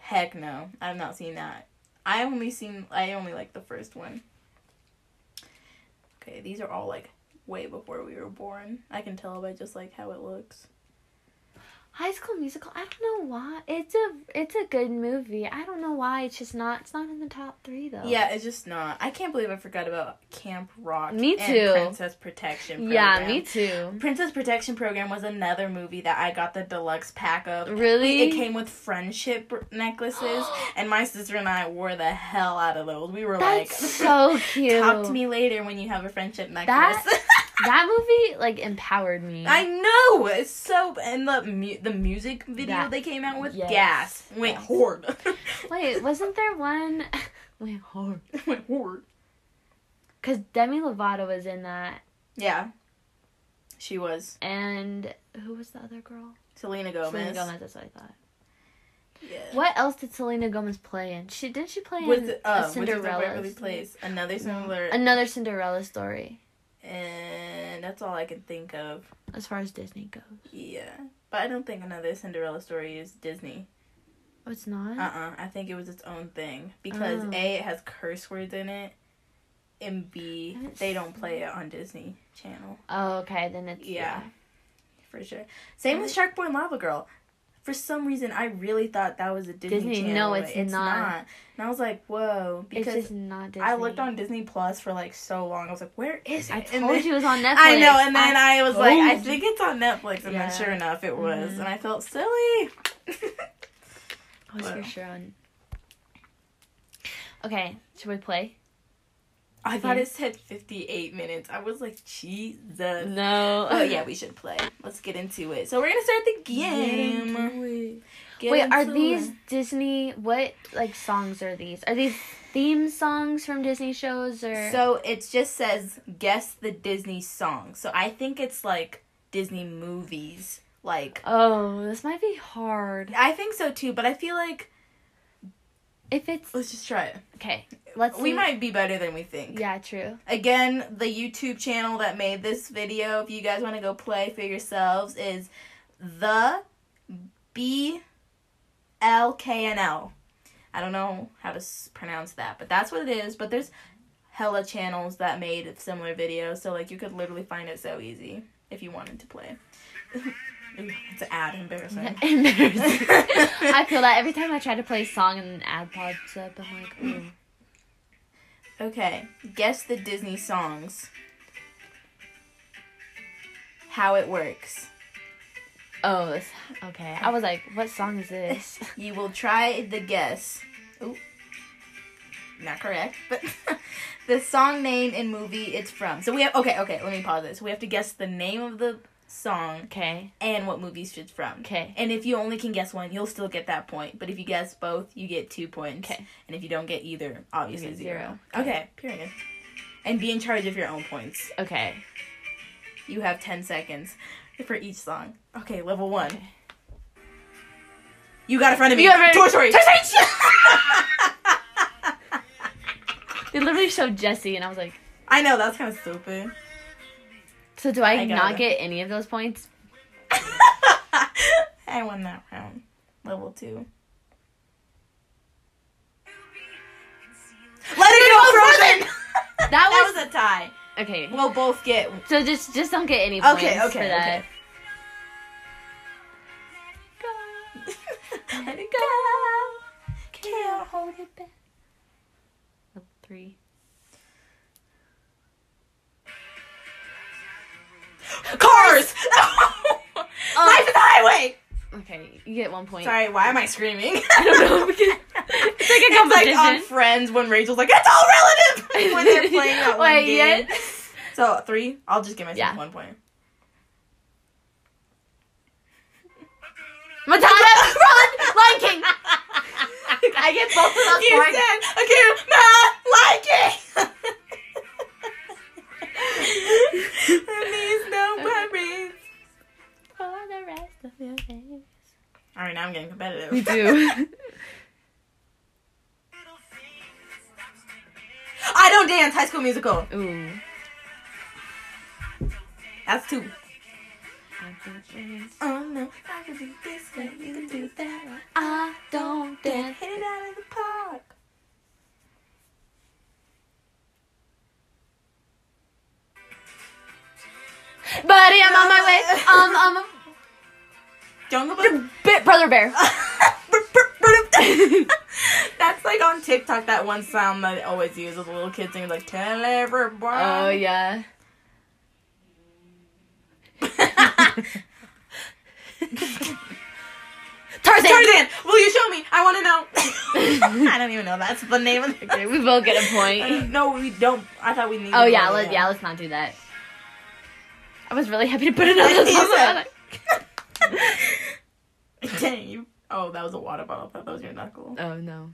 B: Heck no. I've not seen that. I only seen I only like the first one. Okay, these are all like way before we were born. I can tell by just like how it looks.
A: High School Musical. I don't know why. It's a it's a good movie. I don't know why. It's just not. It's not in the top three though.
B: Yeah, it's just not. I can't believe I forgot about Camp Rock.
A: Me
B: And
A: too.
B: Princess Protection. Program.
A: Yeah, me too.
B: Princess Protection Program was another movie that I got the deluxe pack of.
A: Really?
B: It came with friendship necklaces, and my sister and I wore the hell out of those. We were
A: That's
B: like,
A: so cute.
B: Talk to me later when you have a friendship necklace.
A: That movie like empowered me.
B: I know. It's so and the mu- the music video
A: That-
B: they came out with
A: yes.
B: gas went
A: Yes.
B: hard.
A: Wait, wasn't there one? Wait, hard.
B: went hard.
A: Cause Demi Lovato was in that,
B: Yeah. She was
A: and who was the other girl?
B: Selena Gomez.
A: Selena Gomez. That's what I thought.
B: Yeah.
A: What else did Selena Gomez play in? She didn't she play in
B: With
A: a
B: uh, Cinderella
A: Cinderella? Mm.
B: Beverly Place, another similar,
A: Another Cinderella story,
B: and that's all I can think of.
A: as far as Disney goes.
B: Yeah, but I don't think another Cinderella story is Disney.
A: Oh, it's not.
B: Uh uh I think it was its own thing because
A: Oh.
B: A, it has curse words in it, and B,
A: haven't
B: they don't play it on Disney Channel.
A: oh, okay. Then it's
B: Yeah, for sure. Same with Sharkboy and Lava Girl. For some reason, I really thought that was a Disney,
A: Disney, no,
B: Channel. but
A: it's not.
B: And I was like, whoa,
A: it's
B: because
A: just not Disney.
B: I looked on Disney Plus for like so long. I was like, where is it?
A: I
B: And
A: told
B: then-
A: you it was on Netflix.
B: I know, and then
A: I-
B: I, was like, I
A: told
B: think it's on Netflix, and
A: Yeah.
B: then sure enough, it was,
A: Mhm.
B: and I felt silly.
A: I was
B: Wow.
A: Oh, for sure on. Okay, should we play?
B: I thought
A: Mhm.
B: it said 58 minutes. I was like, Jesus.
A: No.
B: Oh, yeah, we should play. Let's get into it. So, we're going to start the game. Get
A: Wait, are
B: into
A: these
B: it.
A: Disney? What like songs are these? Are these theme songs from Disney shows or?
B: So, it just says guess the Disney song. So, I think it's like Disney movies Like
A: Oh, this might be hard.
B: I think so too, but I feel like
A: If it's
B: let's just try it.
A: okay, let's.
B: We
A: see-
B: might be better than we think.
A: Yeah, true.
B: Again, the YouTube channel that made this video, if you guys want to go play for yourselves, is the B L K N L. I don't know how to s- pronounce that, but that's what it is. But there's hella channels that made similar videos, so like you could literally find it so easy if you wanted to play. Ooh, it's an ad embarrassing.
A: Embarrassing. I feel that every time I try to play a song and an ad pops up, I'm like, ooh.
B: Okay, guess the Disney songs. How it works.
A: Oh, this, okay. I was like, what song is this?
B: You will try the guess. Ooh. Not correct, but the song name and movie it's from. So we have okay, okay, let me pause this. We have to guess the name of the song
A: Okay.
B: and what movie it's from.
A: Okay.
B: And if you only can guess one, you'll still get that point. But if you guess both, you get two points.
A: Okay.
B: And if you don't get either, obviously
A: get
B: zero.
A: zero.
B: Okay, period. And be in charge of your own points.
A: Okay.
B: You have 10 seconds for each song. Okay, level one. You got in front of me.
A: You got in
B: Toy
A: front
B: Story.
A: Toy Story. They literally showed Jesse, and I was like,
B: I know, that's kind of stupid.
A: so do I,
B: I got
A: not
B: it.
A: get any of those points?
B: I won that round. Level two. Let it go, Frozen!
A: That
B: that
A: was,
B: was a tie.
A: okay.
B: We'll both get.
A: So just just don't get any points
B: Okay, okay,
A: for that.
B: okay. Let it go. Can't hold it back.
A: Level Oh, Three.
B: Cars! Um, Life is highway!
A: Okay, you get one point.
B: Sorry, why am I screaming?
A: I don't know because it's like a
B: It's like on
A: competition.
B: Friends when Rachel's like, it's all relative when they're playing that one
A: Wait,
B: game.
A: yes.
B: So three, I'll just give myself
A: Yeah.
B: one point.
A: Montana, Roland, Lion King. I get both of those
B: You
A: points.
B: said, okay, not like it. There means no worries.
A: For the rest of your days.
B: All right, now I'm getting competitive.
A: We do.
B: I don't dance. High School Musical.
A: Ooh.
B: That's two.
A: I don't dance.
B: Oh no, I can do this way. You can do that.
A: I don't dance.
B: Hit it out of the park.
A: Buddy, I'm on my way. Um, um,
B: Jungle Book.
A: bit brother bear.
B: That's like on TikTok that one sound that it always uses with little kids singing like tell everyone.
A: Oh yeah. Tarzan.
B: Tarzan, will you show me? I want to know. I don't even know. That's the name of the
A: Okay, we both get a
B: I
A: point.
B: don't- No, we don't. I thought we needed.
A: Oh yeah,
B: one
A: let,
B: more.
A: yeah, let's not do that. I was really happy to put another
B: He
A: song on.
B: said- Dang you. Oh, that was a water bottle. I thought that was your knuckle.
A: Oh no.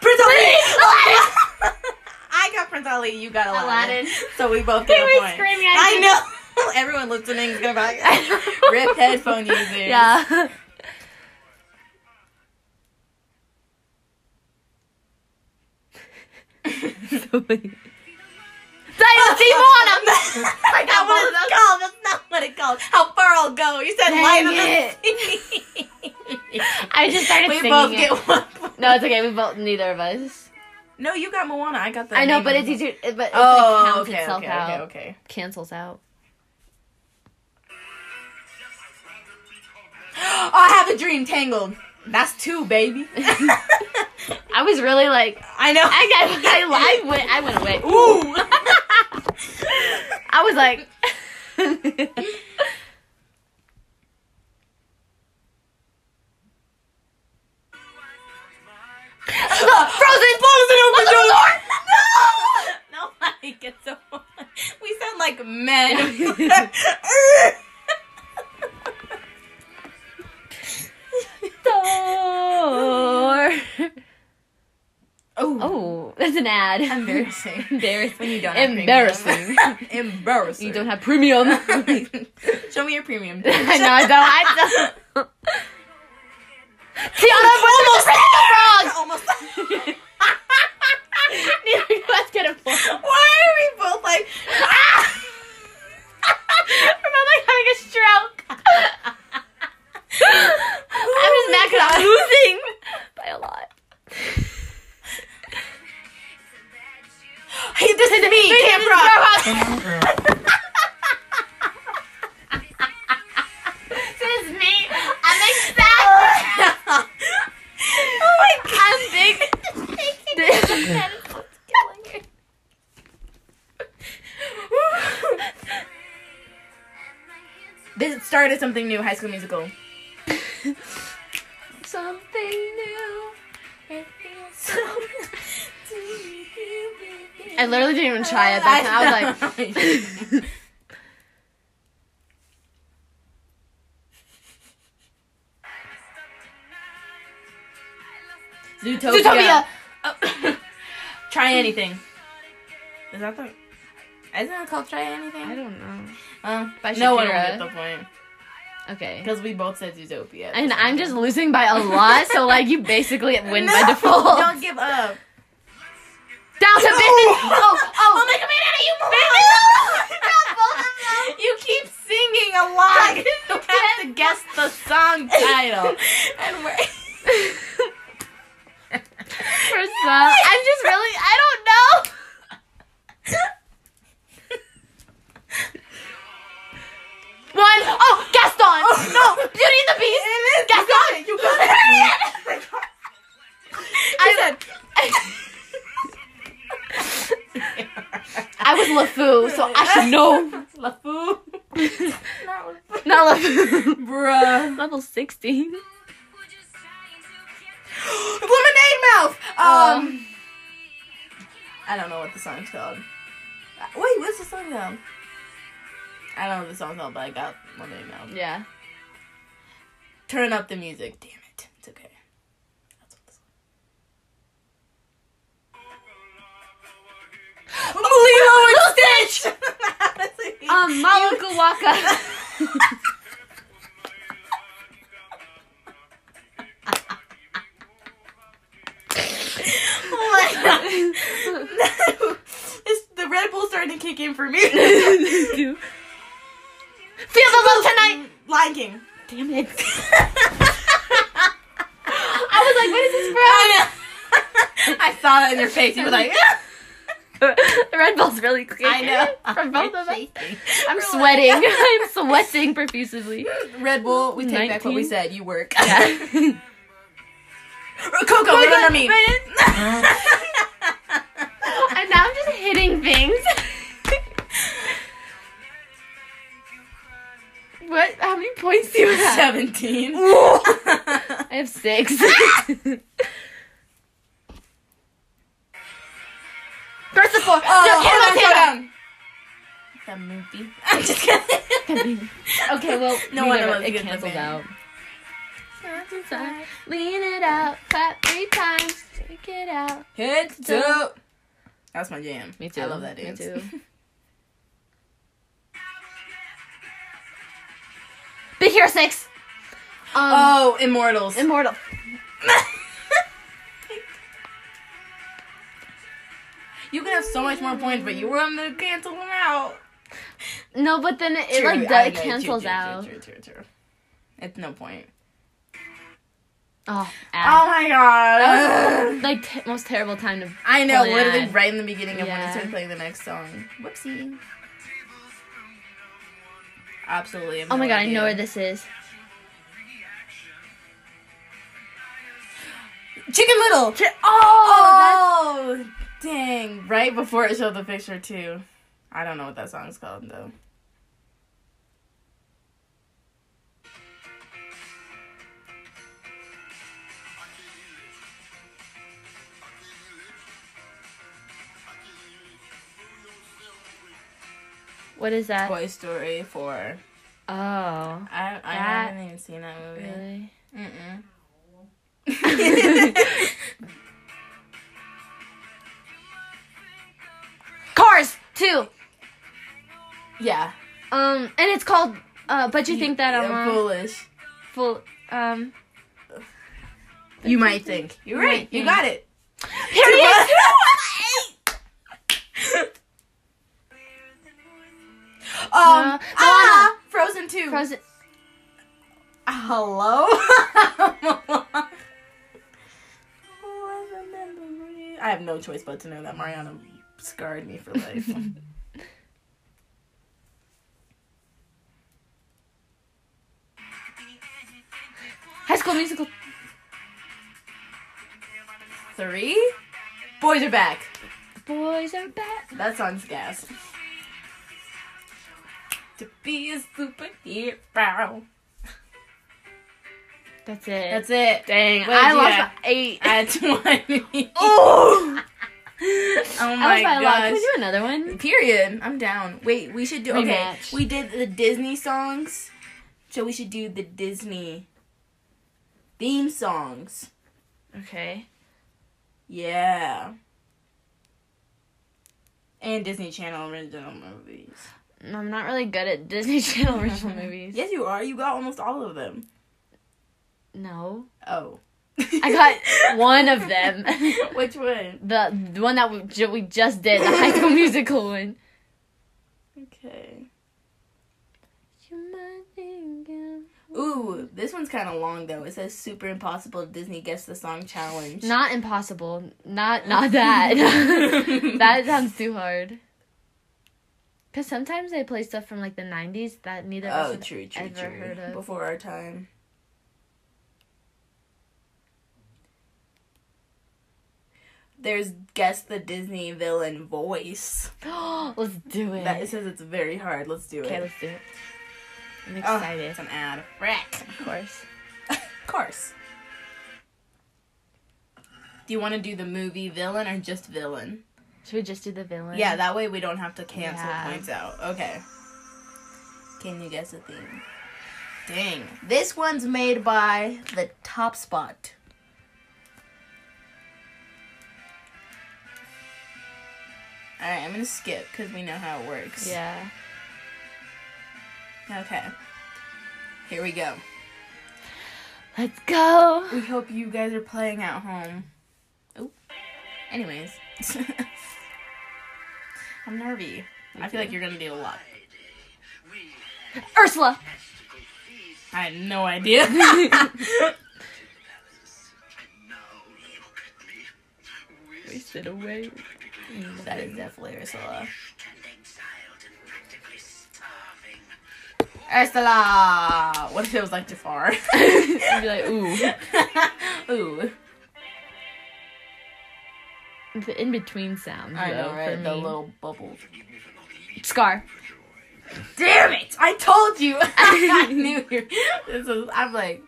B: Prince Ali. I got Prince Ali. You got Aladdin.
A: Aladdin.
B: So we both get
A: They
B: a
A: were
B: point.
A: screaming at
B: I
A: you.
B: know. Everyone listening is gonna be like, ripped headphone users.
A: Yeah. so many. Dynasty Moana!
B: I got what it's called. That's not what it's called. How far I'll go. You said
A: Dang
B: light of the sea.
A: I just started
B: we
A: singing
B: both
A: it.
B: get one. point.
A: No, it's okay. We both, neither of us.
B: No, you got Moana. I got the.
A: I know,
B: name
A: but
B: of
A: it's
B: the-
A: easier. It, but it like
B: Oh,
A: counts
B: okay,
A: itself
B: okay,
A: out.
B: okay, okay.
A: Cancels out.
B: Oh, I have a dream. Tangled. That's two, baby.
A: I was really like,
B: I know.
A: I, I, I, I went, I went away.
B: Ooh.
A: I was like,
B: Frozen! Frozen open the door! No! Nobody gets a one. We sound like men.
A: door.
B: oh.
A: Oh, that's an ad.
B: Embarrassing.
A: Embarrassing.
B: When you don't have premium.
A: Embarrassing.
B: Embarrassing.
A: you don't have premium. I know.
B: Show me your premium.
A: I don't. I don't. Tiana almost hit the frogs.
B: Almost.
A: Neither of us get a point.
B: Why are we both like? Ah!
A: Remember like, having a stroke. I was mad because I was losing by a lot.
B: Hey, this is me,
A: This
B: Camp
A: is
B: Rock.
A: This is me. I'm excited.
B: oh my god,
A: I'm big.
B: This started something new, High School Musical.
A: Something new. I literally didn't even try it. That time. I was like,
B: like. Zootopia.
A: Zootopia.
B: Oh. try anything. Is that the? Isn't it called try anything?
A: I don't know.
B: Um,
A: By
B: no one will
A: Shakira.
B: get the point
A: Okay.
B: because we both said Zootopia.
A: And I'm just losing by a lot, so like you basically win by
B: No,
A: default.
B: Don't give up.
A: Down to
B: No.
A: business. Oh, oh,
B: Oh my God, Banana, you moved.
A: Not both of them.
B: You keep singing a lot.
A: I
B: You have to guess the song title. and we're.
A: oh. For some, uh, I'm just really, I don't know. One, oh, Gaston. No, Beauty and the Beast.
B: You got it. You got it.
A: I I was LeFou, so I should know.
B: LaFou.
A: Not LeFou.
B: Bruh.
A: Level 16.
B: Lemonade mouth. Um. I don't know what the song's called. Uh, Wait, what's the song called? I don't know what the song's called, but I got lemonade mouth.
A: yeah.
B: Turn up the music. Damn it. It's okay. That's what the song.
A: Lilo and Stitch. Um,
B: Honestly,
A: Maluka Waka.
B: oh my God. No. It's, the Red Bull starting to kick in for me.
A: Feel the love tonight.
B: Lion King.
A: Damn it.
B: I
A: I was like, what is this from?
B: I saw that in your face. You were like,
A: the Red Bull's really clear.
B: I know.
A: From both of us. I'm
B: We're like-
A: sweating. I'm sweating profusely.
B: Red Bull, we take back what we
A: 19.
B: said. You work.
A: Yeah.
B: Coco, run under me.
A: And now I'm just hitting things. what? How many points do you have?
B: 17.
A: I have six. Percival!
B: Oh,
A: no,
B: hold
A: Hannah,
B: on, The movie. I'm just kidding.
A: Hannah. Okay, well,
B: No
A: we
B: one
A: never-
B: of us
A: it
B: gets the
A: cancels
B: band.
A: out. Lean it out, clap three times, shake it out.
B: Head to. That's my jam.
A: Me too.
B: I love that
A: Me
B: dance.
A: too. Big Hero 6! Um,
B: Oh, Immortals.
A: Immortal.
B: you could have so much more points, but you were on the cancel them out.
A: No, but then it,
B: True,
A: like
B: I
A: does,
B: know, true,
A: cancels
B: true,
A: out.
B: True, true, true, true. It's no point.
A: Oh,
B: Oh
A: ow.
B: my god.
A: That was like t- most terrible time to.
B: I know,
A: Pull an
B: literally
A: ad.
B: right in the beginning of when
A: Yeah.
B: I started playing the next song. Whoopsie. Absolutely. have
A: Oh my
B: no
A: god, I
B: idea.
A: know where this is.
B: Chicken Little. Chi-
A: Oh,
B: oh, dang! Right before it showed the picture too. I don't know what that song's called though.
A: What is that?
B: Toy Story Four.
A: Oh,
B: I I
A: That-
B: haven't even seen that movie.
A: really?
B: Mm mm.
A: too.
B: Yeah.
A: Um, and it's called. Uh, but you think that I'm
B: Yeah,
A: wrong.
B: foolish.
A: Full. Um.
B: You might think. You're right.
A: might
B: You
A: think.
B: got it.
A: Here it is.
B: um,
A: Uh,
B: ah, Frozen 2.
A: Frozen.
B: Hello? I have no choice but to know that Mariana scarred me for life.
A: High School Musical.
B: Three? Boys are back.
A: Boys are back.
B: That song's gas. To be a superhero.
A: That's it.
B: That's it.
A: dang.
B: Wait,
A: I lost
B: yeah.
A: by eight.
B: At 20.
A: Oh.
B: Oh
A: I
B: my
A: lost by a lot. Can
B: gosh.
A: we do another one?
B: Period. I'm down. Wait, we should do okay.
A: Rematch.
B: We did the Disney songs, so we should do the Disney theme songs.
A: Okay.
B: Yeah. And Disney Channel original movies.
A: I'm not really good at Disney Channel original movies.
B: Yes, you are. You got almost all of them.
A: No.
B: Oh.
A: I got one of them.
B: Which one?
A: the, the one that we, ju- we just did, the High School Musical one.
B: Okay.
A: You might think I'm-
B: Ooh, this one's kind of long though. It says Super Impossible Disney Guess the Song Challenge.
A: Not impossible. Not not that. that sounds too hard. Cause sometimes they play stuff from like the '90s that neither of
B: Oh,
A: us
B: true, true,
A: ever
B: true.
A: heard of.
B: Before our time. There's guess the Disney villain voice.
A: would. let's do it.
B: That it says it's very hard. Let's do
A: okay,
B: it.
A: let's do it. I'm
B: Oh,
A: excited.
B: it's an ad. Rack.
A: Of course.
B: of course. Do you want to do the movie villain or just villain?
A: Should we just do the villain?
B: Yeah, that way we don't have to cancel
A: Yeah.
B: points out. Okay. Can you guess the theme? Dang. This one's made by the Top Spot. Alright, I'm gonna skip because we know how it works.
A: Yeah.
B: Okay. Here we go.
A: Let's go.
B: We hope you guys are playing at home. Oh. Anyways. I'm nervy. I feel like you're gonna do a lot.
A: Ursula.
B: I had no idea.
A: Wasted away.
B: that is definitely Ursula. Ursula! What if it was like Jafar?
A: You'd be like, ooh.
B: Ooh.
A: The in between sound.
B: I know,
A: though,
B: right?
A: For
B: The
A: me.
B: little bubble.
A: scar.
B: Damn it! I told you! I knew you. This is, I'm like.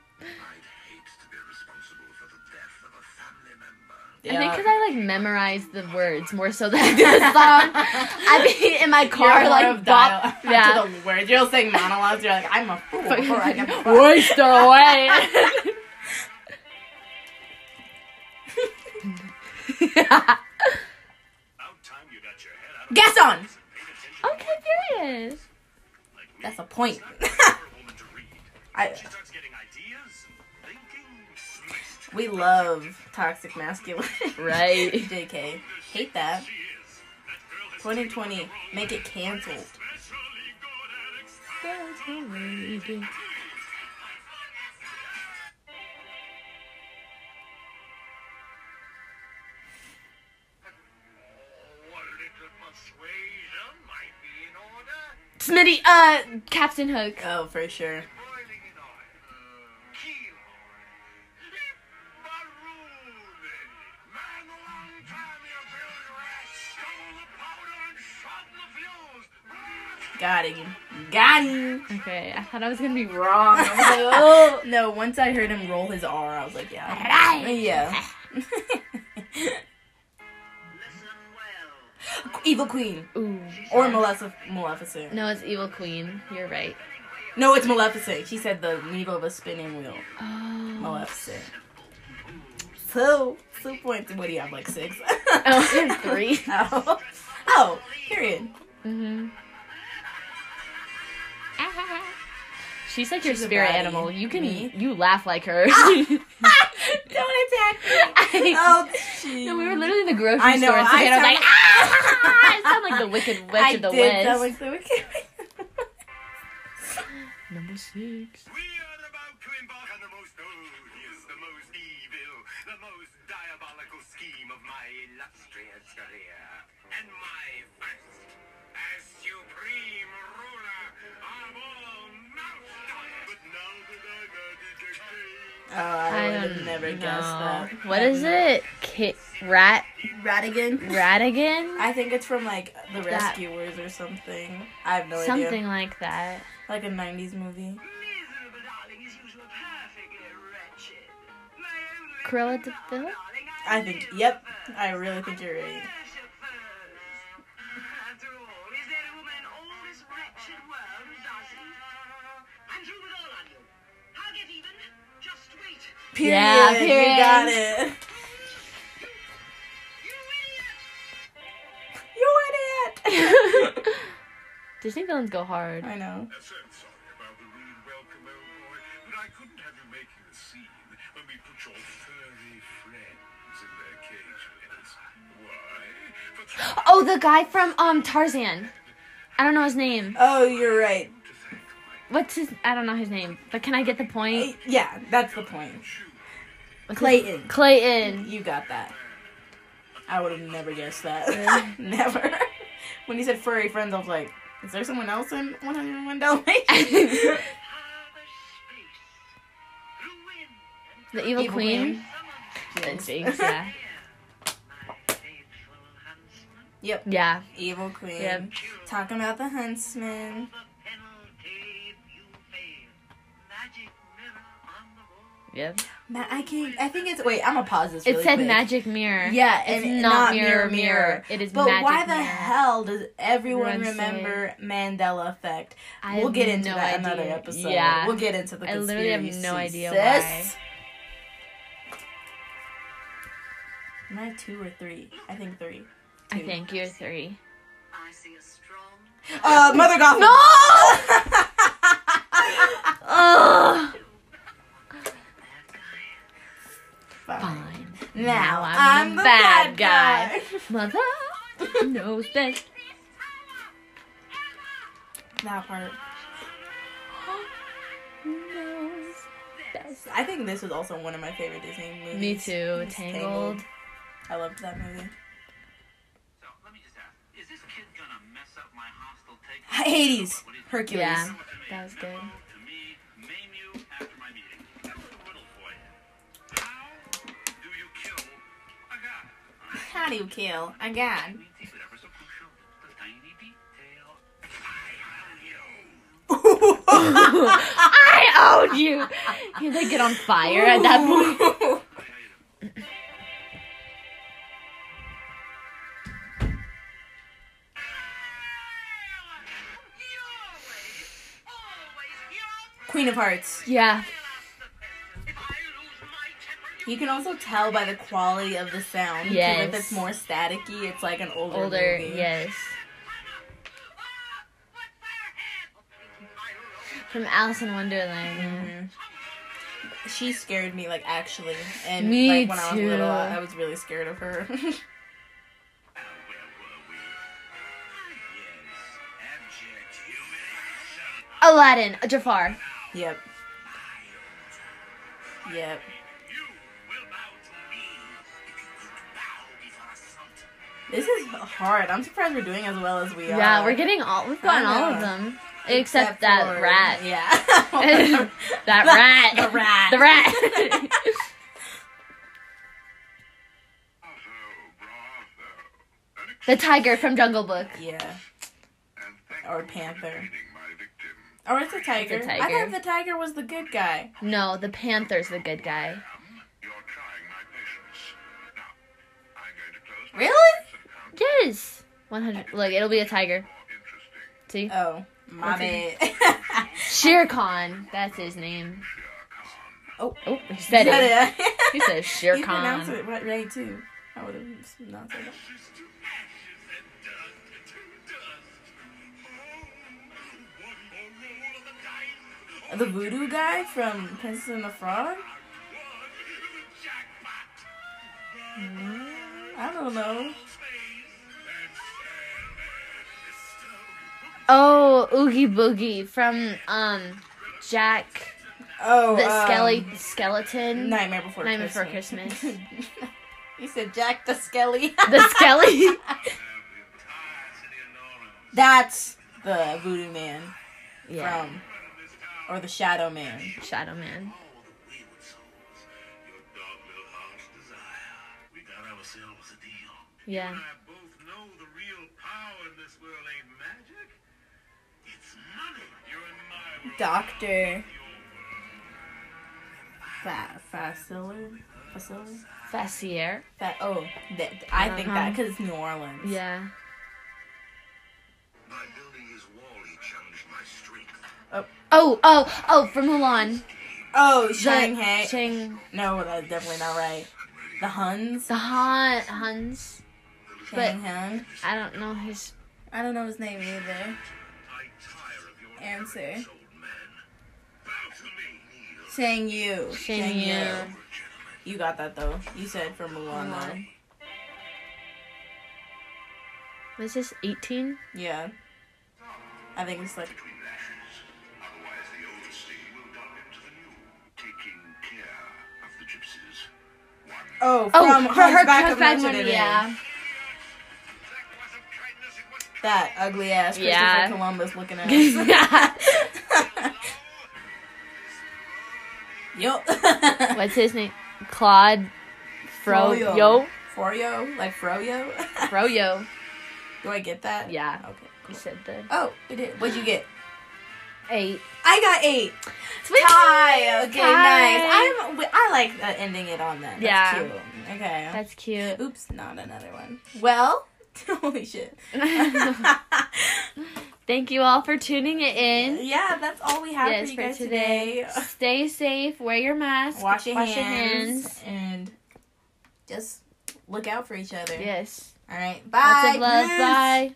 A: I think
B: Yeah.
A: because I like memorized the words more so than I did the song. I'd be in my
B: You're
A: car
B: more
A: like
B: of
A: bop.
B: dialogue
A: Yeah.
B: to the words. You're saying monologues. You're like, I'm a fool before I can.
A: Waste away.
B: Guess on.
A: okay, curious.
B: That's a point. I, we love toxic masculinity.
A: Right.
B: JK. Hate that. 2020. Make it canceled.
A: Smitty, uh, Captain Hook.
B: Oh, for sure. Got him. Got him.
A: Okay, I thought I was gonna be wrong. I was like,
B: oh. No, once I heard him roll his R, I was like, yeah.
A: Right.
B: Yeah. Evil Queen.
A: Ooh.
B: Or Malef- Maleficent.
A: No, it's Evil Queen. You're right.
B: No, it's Maleficent. She said the needle of a spinning wheel.
A: Oh.
B: Maleficent. So, two points. What do you have, like six?
A: Oh, three.
B: Ow. Oh, period.
A: Mm-hmm. She's like your
B: She's a
A: spirit
B: baddie.
A: animal. You can
B: Me?
A: you laugh like her.
B: Don't attack me. oh, jeez.
A: No, we were literally in the grocery
B: I know,
A: store and
B: I
A: Savannah was like,
B: sound
A: ah! I sound like the Wicked Witch
B: I
A: of the
B: did
A: West.
B: sound like the Wicked Witch.
A: Number six.
C: We are about to embark on the most odious, the most evil, the most diabolical scheme of my illustrious career. And my first, as supreme ruler of all mountains. But now that I'm at it again,
B: Oh, I, would have
A: don't
B: never guessed
A: know.
B: that.
A: What is it? Kit Rat
B: Radigan.
A: Radigan?
B: I think it's from like The
A: That-
B: Rescuers or something. I have no
A: Something
B: idea.
A: like that.
B: Like a 90s movie.
C: miserable darling as usual, perfectly wretched. My only
A: Cruella de Vil?
C: darling,
B: I think, yep. I really think you're right.
C: After all, is there a woman in all this wretched world who doesn't? I'm through with all of you. I'll get even. Just wait.
B: Period.
A: Yeah, period.
B: You got it.
C: You idiot!
B: You idiot.
A: Disney villains go hard.
B: I know.
C: I said sorry about the rude welcome, old boy, but I couldn't have you making a scene when we put your furry friends in their cages. Why? For trying
A: Oh, the guy from um Tarzan. I don't know his name.
B: Oh, you're right.
C: to thank my
A: What's his? I don't know his name. But can I get the point?
B: Yeah, that's the point.
A: What's his-
B: Clayton.
A: Clayton.
B: You got that. I would have never guessed that. never. When he said furry friends, I was like, is there someone else in 101 Dalmatians?
C: other space. Ruin and
A: The evil,
B: Evil
A: queen.
B: Jinx.
A: Jinx, yeah.
C: faithful huntsman.
B: Yep.
A: Yeah.
B: Evil Queen.
A: Yep.
B: Talking about the huntsman.
C: The penalty if you fail. Magic mirror on the wall.
A: Yep.
B: Ma- I can I think it's. Wait, I'm gonna pause this.
A: It
B: really
A: said
B: quick.
A: magic mirror.
B: Yeah,
A: It's
B: and
A: not
B: not,
A: mirror,
B: mirror, mirror,
A: mirror. It is
B: But
A: magic
B: why the
A: mirror.
B: hell does everyone
A: Everyone say-
B: remember Mandela Effect?
A: I
B: we'll
A: have
B: get into
A: no
B: that
A: idea.
B: another episode.
A: Yeah.
B: we'll get into the
A: I
B: conspiracy.
A: literally have no idea
B: sis. Am I two or three? I think three.
A: I
B: Two.
A: think you're three.
C: I see a strong
B: Uh, Mother Gothel. No.
A: Ugh. Fine.
B: Now
A: I'm
B: I'm,
A: the
B: the
A: bad guy.
B: bad, guy.
A: Mother knows best.
B: That part.
A: Knows best.
B: I think this was also one of my favorite Disney movies.
A: Me too.
B: It's
A: Tangled.
B: I loved that movie.
C: So let me just ask, is this kid gonna mess up my hostile take?
B: Hades. Hercules.
A: Yeah. That was good.
C: To me, maim you after my meeting. I have a riddle for you. How do you kill a god?
B: How do you kill a god?
C: Means he's ever so crucial. The tiny detail. I own you.
A: I own you. He'd like get on fire at that point.
B: point.
C: I hate him.
B: Queen of Hearts.
A: Yeah.
B: You can also tell by the quality of the sound. 'cause
A: Yes.
B: If it's more staticky, it's like an older,
A: Older.
B: movie.
A: Yes. From Alice in Wonderland.
B: Mhm. She scared me, like actually, and
A: Me
B: like when I
A: too.
B: was little, I I was really scared of her.
A: Aladdin. Jafar.
B: yep. Yep. This is hard. I'm surprised we're doing as well as we
A: Yeah,
B: are.
A: we're getting all. We've gotten
B: I
A: all of
B: know.
A: them except, that
B: for-
A: rat.
B: Yeah.
A: that rat.
B: The rat.
A: The rat. the tiger from Jungle Book.
B: yeah.
C: Or
B: Or
C: panther.
B: panther. Or it's a tiger.
A: It's a
B: I
A: tiger.
B: thought the tiger was the good guy.
A: No, the panther's the good guy.
C: You're trying my patience. Now, I'm going to close my
B: Really?
C: account.
A: Yes. One hundred. Look, it'll be a tiger.
C: More
A: See,
C: interesting.
B: Oh, my bad.
A: Shere Khan. That's his name.
C: Shere Khan.
A: Oh, he said it. He said Shere
B: You pronounced
A: Khan.
B: it right, right too. I would have not said that.
C: Ashes to Oh, ashes and dust
B: the voodoo guy from Princess and the Frog? I don't know.
A: Oh, Oogie Boogie from um Jack
B: Oh,
A: the
B: um,
A: Skelly skeleton.
B: Nightmare Before
A: Nightmare Before
B: Christmas.
A: Christmas.
D: You said Jack the Skelly.
A: the Skelly.
B: That's the voodoo man
A: Yeah.
B: from, or the shadow man.
A: Shadow Man. Yeah.
C: I both know the real power in this world ain't magic. It's money. You're in my world.
B: Doctor. Fa Faciller? Faciller?
A: Fassier.
B: Fa- oh, that I think that because it's New Orleans.
A: Uh-huh. Yeah.
C: By building his wall, he challenged my strength.
A: Oh, oh, oh, from Mulan.
B: Oh,
A: The-
B: Shanghai.
A: Shang.
B: no, that's definitely not right. The Huns.
A: The Han, Huns. But
B: Shanghai.
A: I don't know his.
B: I don't know his name either.
C: I tire of your
B: Answer.
C: arrogance, old man. Bow to me. Kneel.
B: Shang Yu.
A: Shang Yu.
C: You're a gentleman.
B: You got that though. You said from Mulan. though.
A: Mulan. Was this 18?
B: Yeah. I think it's like
C: Between lashes. Otherwise, the old stain will dump into the new. Taking care of the gypsies. One.
B: oh
A: Oh,
B: from
A: for
B: Hunchback
A: her
B: of
A: back
B: Notre
A: one,
B: Dame.
A: yeah.
C: That was of kindness. It was
B: That ugly ass Christopher
A: Yeah.
B: Columbus looking at us.
A: yeah.
B: Yup.
A: What's his name? Claude Fro Yo.
B: Froyo? Like Froyo?
A: Froyo.
B: Do I get that?
A: Yeah.
B: Okay.
A: You
B: Cool.
A: said the
B: Oh, it did. What'd you get?
A: eight.
B: I got eight.
A: Sweet.
B: Tie. Okay, nice.
A: Tie.
B: I'm. wi- I like uh, ending it on that. That's
A: Yeah.
B: Cute. Okay.
A: That's cute.
B: Oops, not another one. Well, holy shit.
A: Thank you all for tuning it in.
B: yeah, that's all we have
A: Yes,
B: for you
A: for
B: guys
A: today.
B: today.
A: Stay safe. Wear your mask.
B: Wash your hands,
A: hands.
B: and just look out for each other.
A: Yes.
B: All right.
A: Lots
B: Bye.
A: of love.
B: Peace.
A: Bye.